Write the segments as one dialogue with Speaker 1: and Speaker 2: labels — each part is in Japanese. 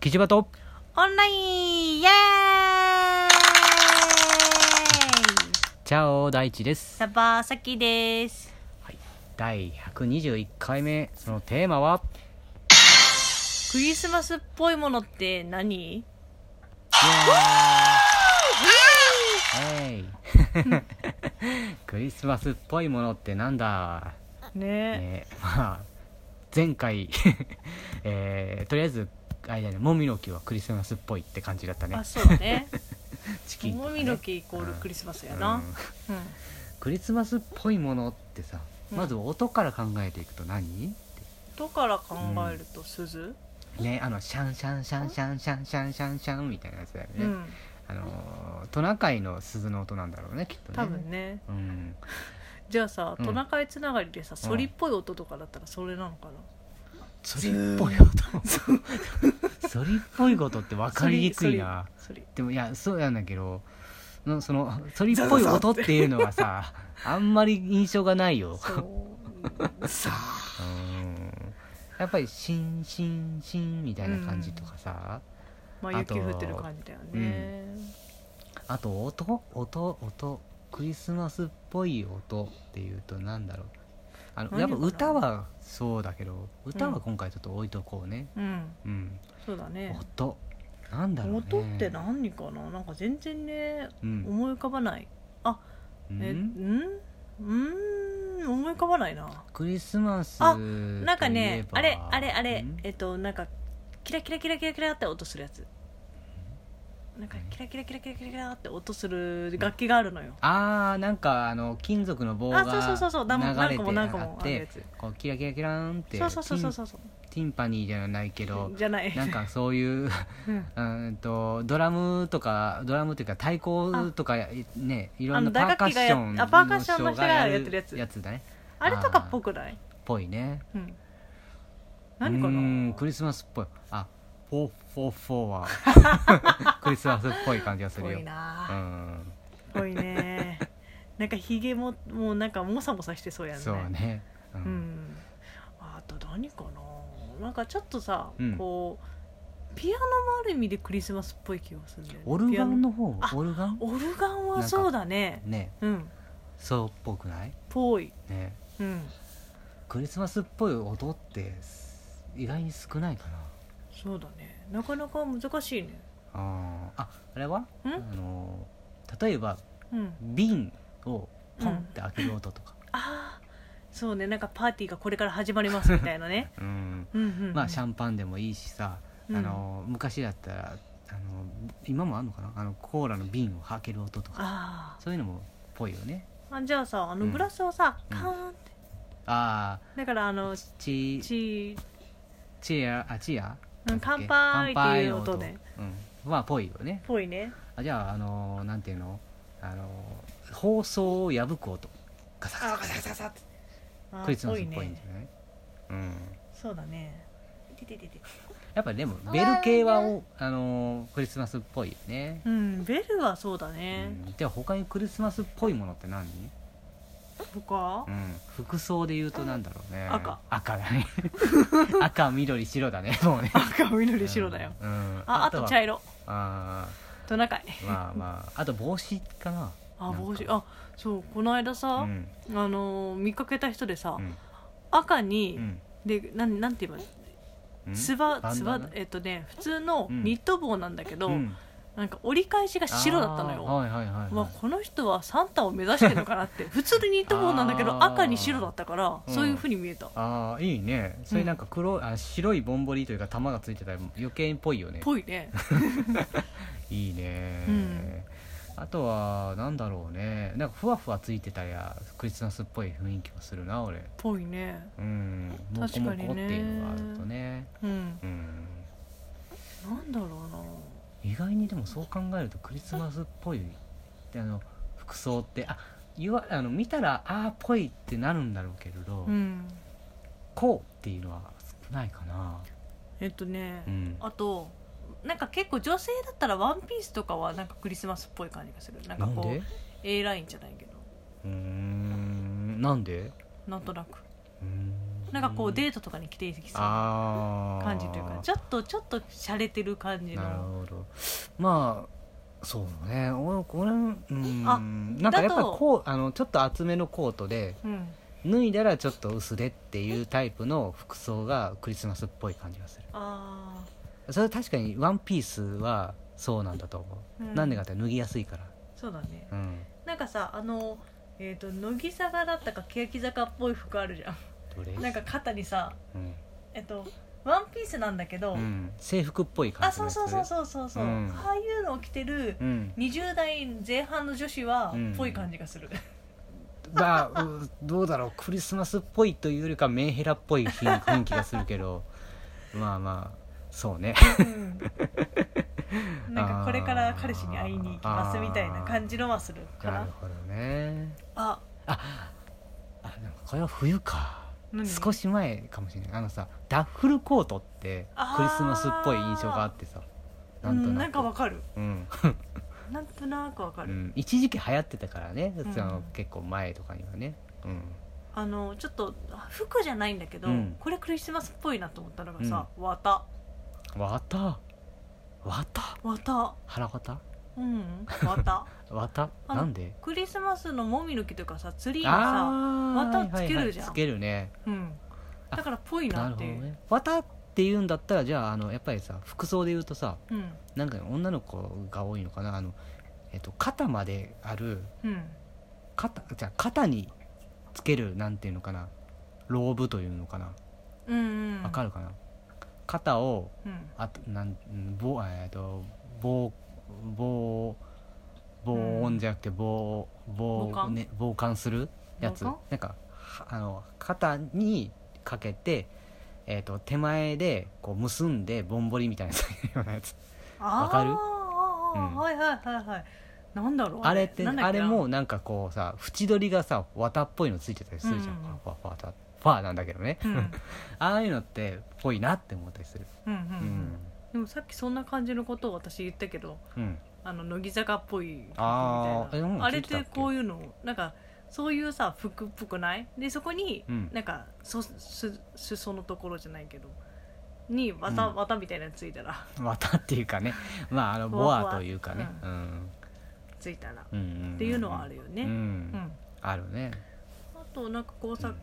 Speaker 1: キジバト
Speaker 2: オンラインイエーイ
Speaker 1: チャオ大地です
Speaker 2: サバサキです
Speaker 1: 第121回目そのテーマは
Speaker 2: クリスマスっぽいものって何
Speaker 1: イエーイ はいクリスマスっぽいものってなんだ
Speaker 2: ね
Speaker 1: えーまあ前回 えーとりあえずあれだねもみの木はクリスマスっぽいって感じだったね
Speaker 2: あそうね
Speaker 1: チキンと
Speaker 2: も
Speaker 1: かね
Speaker 2: みの木イコールクリスマスやな、
Speaker 1: うんクリスマスっぽいものってさ
Speaker 2: うん
Speaker 1: まず音から考えていくと何、
Speaker 2: どから考えると鈴、
Speaker 1: ねあのシャンシャンシャンシャンシャンシャンシャンシャンみたいなやつだよね、
Speaker 2: うん
Speaker 1: あのートナカイの鈴の音なんだろうねきっとね
Speaker 2: 多分ね
Speaker 1: うん
Speaker 2: じゃあさ
Speaker 1: うん
Speaker 2: トナカイつながりでさ、ソリっぽい音とかだったらそれなのかな、
Speaker 1: そりっぽい音 そりっぽいことって分かりにくいな
Speaker 2: ソリソリ
Speaker 1: でもいやそうなんだけどのそのそりっぽい音っていうのはさあんまり印象がないよ
Speaker 2: ソリそ うさあ
Speaker 1: うんやっぱりシンシンシンみたいな感じとかさ、
Speaker 2: まあ
Speaker 1: あと
Speaker 2: 雪降ってる感じだよね、
Speaker 1: あと音音音クリスマスっぽい音っていうとなんだろうあのやっ
Speaker 2: 何
Speaker 1: ぱ
Speaker 2: かな
Speaker 1: 歌はそうだけど歌は今回ちょっと置いとこうね、
Speaker 2: うん、
Speaker 1: うん、
Speaker 2: そうだね
Speaker 1: 音なんだろうね
Speaker 2: 音って何かななんか全然ね
Speaker 1: うん、
Speaker 2: 思い浮かばないえ
Speaker 1: うん
Speaker 2: うんうん思い浮かばないな
Speaker 1: クリスマス
Speaker 2: あ
Speaker 1: な
Speaker 2: なんかねあれあれあれえっとなんかキラキラキラキラキラって音するやつなんかキラキラキラキラキラキラって音する楽器があるのよ
Speaker 1: あーなんかあの金属の棒が
Speaker 2: あそうそうそうそうだも
Speaker 1: 流
Speaker 2: 何
Speaker 1: れ
Speaker 2: 個
Speaker 1: て
Speaker 2: も何個
Speaker 1: あ
Speaker 2: も
Speaker 1: っ
Speaker 2: あるや
Speaker 1: て
Speaker 2: つ
Speaker 1: こうキラキラキラーンって
Speaker 2: そうそうそうそうそうそう
Speaker 1: ティンティンパニーじゃないけど
Speaker 2: じゃない
Speaker 1: なんかそういう
Speaker 2: うん
Speaker 1: うーんとドラムとかドラムというか太鼓とかねいろん
Speaker 2: あ
Speaker 1: な
Speaker 2: の
Speaker 1: パ
Speaker 2: 打
Speaker 1: ーカッ
Speaker 2: 楽器
Speaker 1: シ
Speaker 2: が
Speaker 1: ョン
Speaker 2: やあパーカッションの人が
Speaker 1: や
Speaker 2: やってるやつ
Speaker 1: やつだね
Speaker 2: あれとかっぽくない
Speaker 1: ぽいね
Speaker 2: うん何か
Speaker 1: うーん
Speaker 2: な
Speaker 1: クリスマスっぽいあフォーフォーフォーは クリスマスっぽい感じがす
Speaker 2: ぽ
Speaker 1: るよ
Speaker 2: いな
Speaker 1: う
Speaker 2: ぁ
Speaker 1: ん
Speaker 2: ぽいねなんかひげももうなんかもさもさしてそうやんね
Speaker 1: そうねう
Speaker 2: うんんあと何かななんかちょっとさ、
Speaker 1: うん
Speaker 2: こうピアノもある意味でクリスマスっぽい気がするんだよね
Speaker 1: オルガン
Speaker 2: ピ
Speaker 1: の方
Speaker 2: あ
Speaker 1: オルガン
Speaker 2: アノオルガンはそうだね
Speaker 1: ね
Speaker 2: うん
Speaker 1: そうっぽくない
Speaker 2: ぽい
Speaker 1: ね
Speaker 2: うん
Speaker 1: クリスマスっぽい音って意外に少ないかな
Speaker 2: そうだねなかなか難しいね
Speaker 1: あーああれは
Speaker 2: ん
Speaker 1: あの例えば
Speaker 2: うん
Speaker 1: 瓶をポンって開ける音とか、
Speaker 2: ああそうねなんかパーティーがこれから始まりますみたい なね
Speaker 1: うん
Speaker 2: うんうんうん
Speaker 1: まあシャンパンでもいいしさ、
Speaker 2: うん
Speaker 1: あの昔だったらあの今もあんのかなあのコーラの瓶を開ける音とか
Speaker 2: あ
Speaker 1: そういうのもっぽいよね
Speaker 2: ーあじゃあさあの
Speaker 1: うん
Speaker 2: グラスをさ、
Speaker 1: うん
Speaker 2: カーンって
Speaker 1: あ
Speaker 2: だからあの
Speaker 1: あチチ
Speaker 2: チ
Speaker 1: チアあチア
Speaker 2: うん
Speaker 1: なんだっけ
Speaker 2: 乾杯っていう音ね
Speaker 1: 乾杯の音うんまあぽいよね
Speaker 2: ぽいね
Speaker 1: あじゃああのなんていうのあの包装を破く音ガサガサガサガサガサって
Speaker 2: あー
Speaker 1: クリスマスっぽ
Speaker 2: ぽ
Speaker 1: い
Speaker 2: い
Speaker 1: んじ
Speaker 2: ね
Speaker 1: ゃないうん
Speaker 2: そうだねてててて
Speaker 1: やっぱりでもベル系はおあのークリスマスっぽいよね、
Speaker 2: うんベルはそうだ
Speaker 1: う
Speaker 2: ね、
Speaker 1: ん、では他にクリスマスっぽいものって何、
Speaker 2: 他
Speaker 1: うん、服装で言うとなんだろうね
Speaker 2: 赤
Speaker 1: 赤だね 赤緑白だねもうね
Speaker 2: 赤緑白だよ、
Speaker 1: うん、うん
Speaker 2: ああと
Speaker 1: は
Speaker 2: 茶色
Speaker 1: あ
Speaker 2: トナカイ
Speaker 1: ーまあまああと帽子かな
Speaker 2: あ帽
Speaker 1: な
Speaker 2: 子
Speaker 1: んか
Speaker 2: あそうこの間
Speaker 1: う
Speaker 2: さ、
Speaker 1: ん
Speaker 2: あのー見かけた人でさ、
Speaker 1: うん
Speaker 2: 赤
Speaker 1: う
Speaker 2: に、
Speaker 1: ん
Speaker 2: でなんなんて言えば
Speaker 1: うん
Speaker 2: つば
Speaker 1: バン
Speaker 2: つ
Speaker 1: ダナ
Speaker 2: ばえっとね普通の
Speaker 1: うん
Speaker 2: ニット帽なんだけど、
Speaker 1: うん
Speaker 2: なんか折り返しが白だったのよ、
Speaker 1: あーはいはいはい、はい
Speaker 2: まあ、この人はサンタを目指してるのかなって 普通のニット帽なんだけど
Speaker 1: あー
Speaker 2: 赤に白だったから
Speaker 1: うん
Speaker 2: そういうふうに見えた、
Speaker 1: あーいいねそれなんか黒い、あ白いぼんぼりというか玉がついてたら余計っぽいよね
Speaker 2: ぽい ね
Speaker 1: いいね、
Speaker 2: うん
Speaker 1: あとはなんだろうねなんかふわふわついてたりゃクリスマスっぽい雰囲気もするな俺
Speaker 2: ぽいね
Speaker 1: うんモ
Speaker 2: 確
Speaker 1: コ
Speaker 2: かに
Speaker 1: モ
Speaker 2: ね
Speaker 1: コっていうのがあるとね
Speaker 2: うん
Speaker 1: うん
Speaker 2: なんだろうな
Speaker 1: 意外にでもそう考えるとクリスマスっぽいあの服装ってあ言わあの見たらああっぽいってなるんだろうけれど、
Speaker 2: うん
Speaker 1: こうっていうのは少ないかな
Speaker 2: えっとね、
Speaker 1: うん
Speaker 2: あとなんか結構女性だったらワンピースとかはなんかクリスマスっぽい感じがするなん
Speaker 1: な
Speaker 2: か
Speaker 1: ん
Speaker 2: こ
Speaker 1: で
Speaker 2: う A ラインじゃないけど
Speaker 1: うーんなんで
Speaker 2: なんとなく
Speaker 1: うーん
Speaker 2: なんかこ
Speaker 1: う
Speaker 2: うんデートとかに着ていきそうな
Speaker 1: ああ
Speaker 2: 感じというかちょっとちょっと洒落てる感じ
Speaker 1: なる
Speaker 2: の
Speaker 1: ほどまあそうね俺俺うん
Speaker 2: あ
Speaker 1: なんかやっぱ
Speaker 2: だと
Speaker 1: こうあのちょっと厚めのコートで
Speaker 2: うん
Speaker 1: 脱いだらちょっと薄でっていうタイプの服装がクリスマスっぽい感じがする
Speaker 2: あ
Speaker 1: それは確かにワンピースはそうなんだと思
Speaker 2: あ、う
Speaker 1: うなんでかって脱ぎやすいから
Speaker 2: そうだね
Speaker 1: うん
Speaker 2: なんかさあのえっ、と乃木坂だったか欅坂っぽい服あるじゃ
Speaker 1: どれ
Speaker 2: んなんか肩にさ
Speaker 1: うん
Speaker 2: えっとワンピースなんだけど、
Speaker 1: うん制服っぽい感
Speaker 2: あ
Speaker 1: じの
Speaker 2: そう
Speaker 1: やつ
Speaker 2: そうそうそうそうそう、
Speaker 1: うん
Speaker 2: ああいうのを着てる
Speaker 1: うん
Speaker 2: 20代前半の女子は
Speaker 1: うん
Speaker 2: ぽい感じ がする、
Speaker 1: まあうどうだろうクリスマスっぽいというよりかメンヘラっぽい雰雰囲気がするけどまあまあそうね
Speaker 2: うんなんかこれから彼氏に会いに行きますみたいな感じのはするか
Speaker 1: な
Speaker 2: な
Speaker 1: るほどね
Speaker 2: あ
Speaker 1: あでもこれは冬か
Speaker 2: 何
Speaker 1: 少し前かもしれないあのさダッフルコートって
Speaker 2: あー
Speaker 1: クリスマスっぽい印象があってさ
Speaker 2: う
Speaker 1: なんんと
Speaker 2: な
Speaker 1: なんく
Speaker 2: かわかる
Speaker 1: うん
Speaker 2: なんとなくわか
Speaker 1: う
Speaker 2: る、
Speaker 1: ん一時期流行ってたからね
Speaker 2: ん
Speaker 1: その結構前とかにはねうん
Speaker 2: あのちょっと服じゃないんだけど、
Speaker 1: うん
Speaker 2: これクリスマスっぽいなと思ったのがさ、綿
Speaker 1: 綿綿
Speaker 2: 綿
Speaker 1: 腹綿
Speaker 2: う ん綿
Speaker 1: 綿
Speaker 2: あの
Speaker 1: なんで
Speaker 2: クリスマスのもみの木とかさツリーにさ、
Speaker 1: あー
Speaker 2: 綿つけるじゃ
Speaker 1: はいは
Speaker 2: ん
Speaker 1: いはいつけるね
Speaker 2: うん、
Speaker 1: あ
Speaker 2: だからぽい
Speaker 1: な
Speaker 2: な
Speaker 1: る
Speaker 2: っ
Speaker 1: ほ
Speaker 2: て
Speaker 1: ど
Speaker 2: いう、
Speaker 1: ね綿っていうんだったらじゃああのやっぱりさ服装で言うとさ
Speaker 2: うん
Speaker 1: なんか女の子が多いのかなあのえっと肩まである
Speaker 2: うん
Speaker 1: 肩じゃあ肩につけるなんていうのかなローブというのかな
Speaker 2: うんうん
Speaker 1: わかるかな、肩を
Speaker 2: うん
Speaker 1: あとなんん棒えーと棒棒防音じゃなくて防防
Speaker 2: 防寒
Speaker 1: ね、防寒するやつ
Speaker 2: 防寒
Speaker 1: なんかはあの肩にかけて、えー、と手前でこう結んでぼんぼりみたいなようなやつわかる
Speaker 2: あー
Speaker 1: うん
Speaker 2: はいはいはいはいなんだろう
Speaker 1: あれって
Speaker 2: なんだ
Speaker 1: あ
Speaker 2: っけ
Speaker 1: れ
Speaker 2: な
Speaker 1: もなんかこうさ縁取りがさ綿っぽいのついてたりするじゃん、
Speaker 2: うんうんうん
Speaker 1: ファファファファーなんだけどね、
Speaker 2: うん、うん
Speaker 1: ああいうのってぽいなって思ったりする
Speaker 2: うんう
Speaker 1: うん
Speaker 2: んでもさっきそんな感じのことを私言ったけど
Speaker 1: うん
Speaker 2: あの乃木坂っぽいみたい
Speaker 1: あーえで
Speaker 2: な
Speaker 1: も
Speaker 2: あれっ
Speaker 1: 聞い
Speaker 2: て
Speaker 1: たっけ
Speaker 2: こういうのなんかそういうさ服っぽくないでそこに
Speaker 1: うん
Speaker 2: なんかそす裾のところじゃないけどに綿,、
Speaker 1: うん
Speaker 2: 綿みたいなのついたら
Speaker 1: 綿っていうかねまああの
Speaker 2: ふ
Speaker 1: ボ
Speaker 2: わふわ
Speaker 1: アというかねうん
Speaker 2: ついたらっ
Speaker 1: うんうんうん
Speaker 2: ていうのはあるよね、
Speaker 1: う
Speaker 2: うん
Speaker 1: んあるね
Speaker 2: あとなんかこうさ、
Speaker 1: うん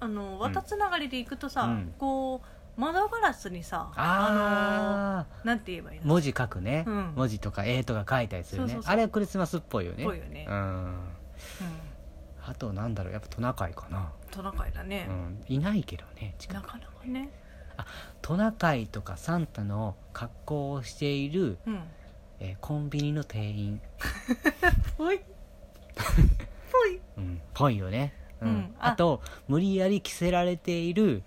Speaker 2: あの綿つながりでいくとさ、
Speaker 1: うん
Speaker 2: こう窓ガラスにさの
Speaker 1: ああ
Speaker 2: なんて言えばいいの
Speaker 1: 文字書くね
Speaker 2: うん
Speaker 1: 文字とか絵とか書いたりする
Speaker 2: そ
Speaker 1: ね
Speaker 2: うそうそう
Speaker 1: あれはクリスマスっぽいよね
Speaker 2: ぽいよね
Speaker 1: うん
Speaker 2: うん
Speaker 1: あとなんだろうやっぱトナカイかな
Speaker 2: トナカイだね
Speaker 1: う、んいないけどね近
Speaker 2: な
Speaker 1: く
Speaker 2: かなかね
Speaker 1: トナカイとかサンタの格好をしている
Speaker 2: うん
Speaker 1: えーコンビニの店員
Speaker 2: ぽいぽい
Speaker 1: うん、ぽいよね、うん
Speaker 2: うんあ
Speaker 1: あと無理やり着せられている、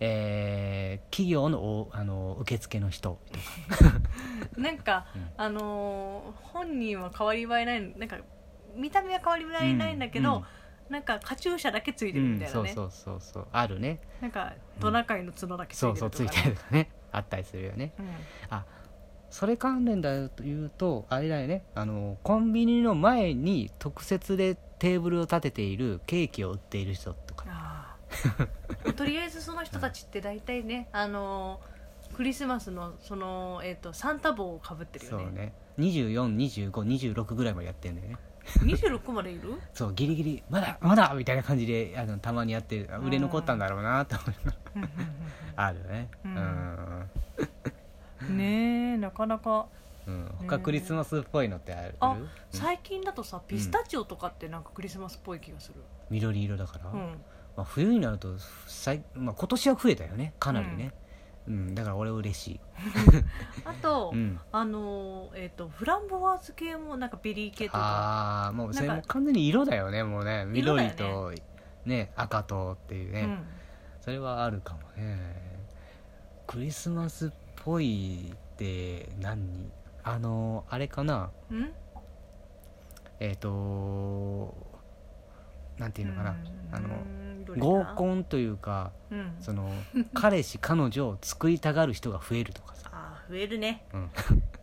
Speaker 1: えー企業のおあの受付の人とか
Speaker 2: なんか、
Speaker 1: うん
Speaker 2: あのー本人は変わり映えないなんか見た目は変わり映えないんだけど、なんかカチューシャだけついて
Speaker 1: うん
Speaker 2: る
Speaker 1: うん
Speaker 2: みたいな
Speaker 1: そう
Speaker 2: ね、
Speaker 1: そうそうそうあるね
Speaker 2: なんかトナカイの角だけついて
Speaker 1: そ
Speaker 2: る
Speaker 1: う
Speaker 2: と
Speaker 1: そ
Speaker 2: か、
Speaker 1: うついてるとかねあったりするよね
Speaker 2: うん
Speaker 1: それ関連だというとあれだよねあのコンビニの前に特設でテーブルを立てているケーキを売っている人とか
Speaker 2: あー とりあえずその人たちって大体ね、あのークリスマスのその、えー、とサンタ帽をかぶってるよ
Speaker 1: そ
Speaker 2: ね
Speaker 1: うね242526ぐらいまでやってるんだよね
Speaker 2: 26までいる
Speaker 1: そうギリギリまだまだみたいな感じであのたまにやってるあ売れ残ったんだろうなと思います
Speaker 2: うんうん
Speaker 1: あるよね
Speaker 2: う
Speaker 1: うんん、
Speaker 2: うんうんねえなかなか
Speaker 1: うん、他クリスマスっぽいのってある
Speaker 2: あ
Speaker 1: うん
Speaker 2: 最近だとさピスタチオとかってなんかクリスマスっぽい気がする、
Speaker 1: 緑色だから、
Speaker 2: うん、
Speaker 1: まあ、冬になるとさい、まあ、今年は増えたよねかなりね、うんだから俺は嬉しい、
Speaker 2: あと、
Speaker 1: うん、
Speaker 2: あのーえっ、とフランボワーズ系もなんかベリー系とか
Speaker 1: ああもうそれ
Speaker 2: なん
Speaker 1: も
Speaker 2: か
Speaker 1: 完全に色だよねもうね
Speaker 2: 色だ
Speaker 1: 緑
Speaker 2: よね
Speaker 1: とね赤とっていうね、
Speaker 2: うん
Speaker 1: それはあるかもねクリスマスっぽいって何あのあれかな
Speaker 2: うん
Speaker 1: えっ、となんていうのかな、あの
Speaker 2: うんどれか
Speaker 1: 合
Speaker 2: な
Speaker 1: コンというか
Speaker 2: うん
Speaker 1: そ の彼氏彼女を作りたがる人が増えるとかさ、
Speaker 2: あー増えるね
Speaker 1: うん、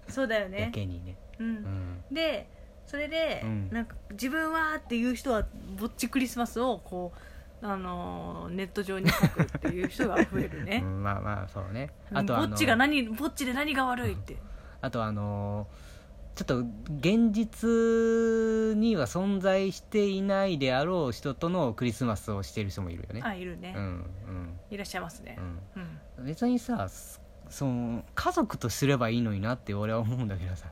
Speaker 2: そうだよね
Speaker 1: やけにね、
Speaker 2: う、
Speaker 1: うんん、
Speaker 2: でそれで、
Speaker 1: うん
Speaker 2: なんか自分はっていう人はぼっちクリスマスをこうあのネット上に書くっていう人が増える
Speaker 1: う
Speaker 2: ね、
Speaker 1: ん、まあまあそうね
Speaker 2: あ
Speaker 1: あと
Speaker 2: ぼ
Speaker 1: あ
Speaker 2: っ
Speaker 1: の
Speaker 2: ちが何ぼっちで何が悪いって、
Speaker 1: あとあのちょっと現実には存在していないであろう人とのクリスマスをしている人もいるよね
Speaker 2: あいるね、
Speaker 1: うん
Speaker 2: いらっしゃいますね
Speaker 1: う、ん
Speaker 2: うん
Speaker 1: うん別にさそその家族とすればいいのになって俺は思うんだけどさ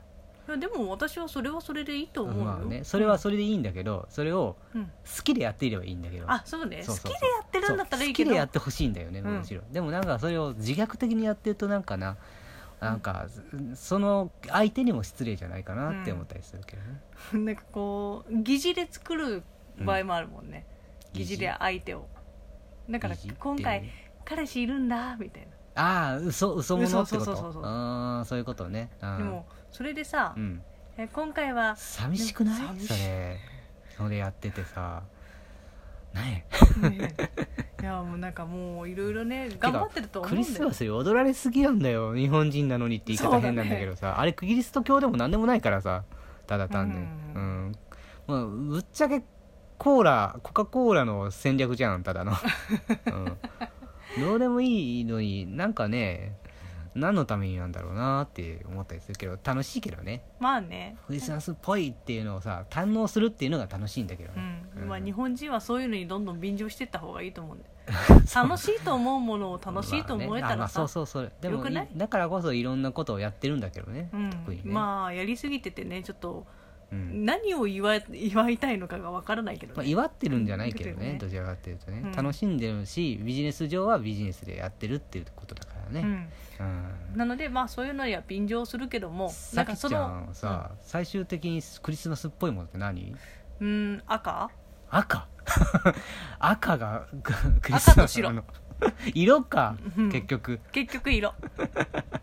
Speaker 2: いやでも私はそれはそれでいいと思うよ、
Speaker 1: まあねそれはそれでいいんだけどそれを
Speaker 2: うん、
Speaker 1: 好きでやっていればいいんだけど
Speaker 2: あそうね
Speaker 1: そうそうそう
Speaker 2: 好きでやってるんだったらいいけ
Speaker 1: そう好き
Speaker 2: ど
Speaker 1: でやってほしいんだよね
Speaker 2: うん
Speaker 1: むしろ、でもなんかそれを自虐的にやってるとなんかななんか、その相手にも失礼じゃないかなって思ったりするけどね、
Speaker 2: なんかこう疑似で作る場合もあるもんね、
Speaker 1: うん
Speaker 2: 疑似で相手をだから
Speaker 1: 疑似って
Speaker 2: 今回彼氏いるんだみたい
Speaker 1: ああ嘘嘘ものってこと
Speaker 2: そうそうそうそう
Speaker 1: あーそういうことねあ
Speaker 2: な
Speaker 1: ー
Speaker 2: でもそれでさ、
Speaker 1: うん
Speaker 2: え今回 は
Speaker 1: 寂しくない
Speaker 2: でも寂しい
Speaker 1: それそれやっててさね
Speaker 2: ねいやもうなんかもういろいろね頑張ってると思う
Speaker 1: ク
Speaker 2: ん
Speaker 1: リ
Speaker 2: だ
Speaker 1: ス
Speaker 2: よ
Speaker 1: マスに踊られすぎなんだよ日本人なのにって言い
Speaker 2: そ
Speaker 1: 方
Speaker 2: うだね
Speaker 1: 変なんだけどさ、あれキリスト教でも何でもないからさただ単に
Speaker 2: う
Speaker 1: うんん、まあ、ぶっちゃけコーラコカ・コーラの戦略じゃんた だの、うん、どうでもいいのになんかね何のためになんだろうなって思ったりするけど楽しいけどね
Speaker 2: まあね
Speaker 1: クリスマスっぽいっていうのをさ堪能するっていうのが楽しいんだけど
Speaker 2: う
Speaker 1: ね、
Speaker 2: ん、
Speaker 1: うん
Speaker 2: まあ日本人はそういうのにどんどん便乗していった方がいいと 思うんで楽しいと思うものを楽しいと思えた
Speaker 1: まあねあま
Speaker 2: ら
Speaker 1: あそ
Speaker 2: さ
Speaker 1: うそうそうでも
Speaker 2: よくない
Speaker 1: だからこそいろんなことをやってるんだけどね、
Speaker 2: うん
Speaker 1: 特にね、
Speaker 2: まあやりすぎててねちょっと
Speaker 1: うん
Speaker 2: 何を祝い祝いたいのかがわからないけど
Speaker 1: まあ、
Speaker 2: ね、
Speaker 1: 祝ってるんじゃないけど
Speaker 2: 祝ってる
Speaker 1: ね
Speaker 2: ね
Speaker 1: どちらかっていうとね、
Speaker 2: うん
Speaker 1: 楽しんでるしビジネス上はビジネスでやってるっていうことだからね、
Speaker 2: うん、なのでまあそういうのには便乗するけども
Speaker 1: さ
Speaker 2: なんか
Speaker 1: き
Speaker 2: そ
Speaker 1: ちゃ
Speaker 2: の
Speaker 1: んさ、最終的にクリスマスっぽいものって何
Speaker 2: うん赤
Speaker 1: 赤 赤がク
Speaker 2: 赤と白
Speaker 1: の色か、
Speaker 2: うん
Speaker 1: 結局
Speaker 2: 結局色